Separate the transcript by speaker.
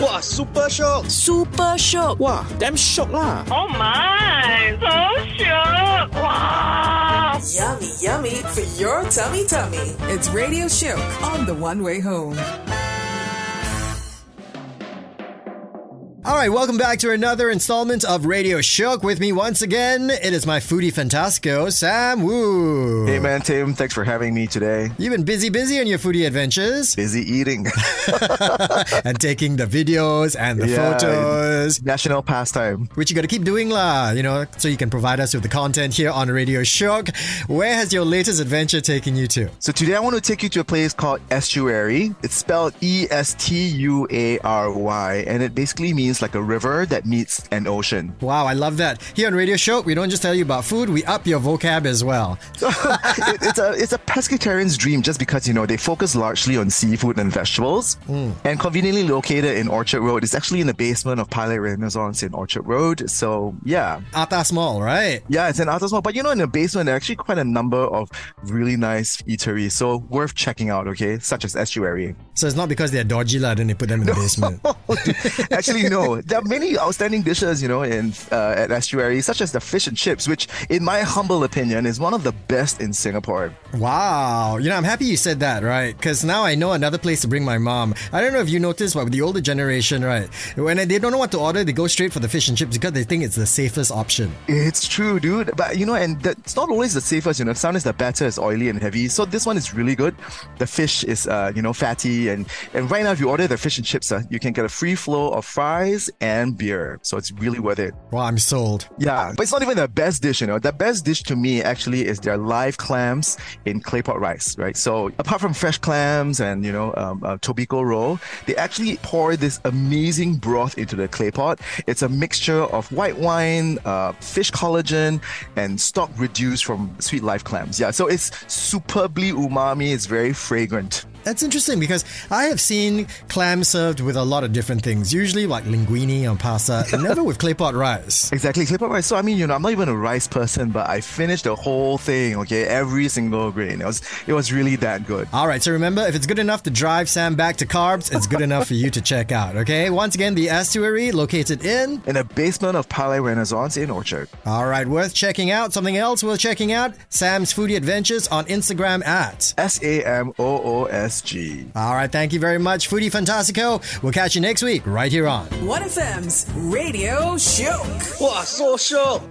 Speaker 1: 哇，super shiok！
Speaker 2: Super shiok.
Speaker 3: 哇，damn shiok 啦！
Speaker 4: Oh my, so shook! Wow!
Speaker 2: Yummy, yummy for your tummy tummy. It's Radio Shook on the one way home.
Speaker 1: All right, welcome back to another installment of Radio Shook. With me once again, it is my foodie fantasco, Sam Woo.
Speaker 5: Hey man, Tim, thanks for having me today.
Speaker 1: You've been busy, busy on your foodie adventures
Speaker 5: Busy eating.
Speaker 1: and taking the videos and the
Speaker 5: Yeah.
Speaker 1: photos,
Speaker 5: National pastime.
Speaker 1: which you got to keep doing, lah. You know, so you can provide us with the content here on Radio Shook. Where has your latest adventure taken you to?
Speaker 5: So today I want to take you to a place called Estuary. It's spelled E S T U A R Y, and it basically means like a river that meets an ocean.
Speaker 1: Wow, I love that. Here on Radio Show, we don't just tell you about food, we up your vocab as well.
Speaker 5: it, it's a it's a pescatarian's dream just because you know they focus largely on seafood and vegetables. And conveniently located in Orchard Road, it's actually in the basement of Pilot Renaissance in Orchard Road. So yeah,
Speaker 1: Atas Mall, right?
Speaker 5: yeah, it's an artist mall. But you know, in the basement, there are actually quite a number of really nice eateries, so worth checking out. Okay, such as Estuary.
Speaker 1: So it's not because they're dodgy, lah, then they put them in the basement.
Speaker 5: Actually, no. There are many outstanding dishes, you know, in uh, at Estuary, such as the fish and chips, which, in my humble opinion, is one of the best in Singapore.
Speaker 1: Wow. You know, I'm happy you said that, right? Because now I know another place to bring my mom. I don't know if you noticed, but with the older generation, right? When they don't know what to order, they go straight for the fish and chips because they think it's the safest option.
Speaker 5: It's true, dude. But you know, and the, it's not always the safest. You know, sometimes the batter is oily and heavy. So this one is really good. The fish is, uh, you know, fatty, and and right now, if you order the fish and chips, uh, you can get a free flow of fries and beer. So it's really worth it.
Speaker 1: Wow, I'm sold.
Speaker 5: Yeah, but it's not even the best dish, you know. The best dish to me actually is their live clams in claypot rice, right? So apart from fresh clams and you know um, uh, tobiko roll, they actually pour this amazing broth into the claypot. It's a mixture of white wine, uh, fish collagen, and stock reduced from sweet live clams. Yeah, so it's superbly umami. It's very fragrant.
Speaker 1: That's interesting because I have seen clam served with a lot of different things, usually like linguine or pasta, never with claypot rice.
Speaker 5: Exactly, claypot rice. So I mean, you know, I'm not even a rice person, but I finished the whole thing. Okay, every single grain. It was it was really that good.
Speaker 1: All right, so remember, if it's good enough to drive Sam back to carbs, it's good enough for you to check out, okay? Once again, the estuary located in.
Speaker 5: in the basement of Palais Renaissance in Orchard.
Speaker 1: All right, worth checking out. Something else worth checking out Sam's Foodie Adventures on Instagram at.
Speaker 5: S A M O O S G.
Speaker 1: All right, thank you very much, Foodie Fantastico. We'll catch you next week right here on.
Speaker 2: 1FM's Radio Shook.
Speaker 1: 哇，so show。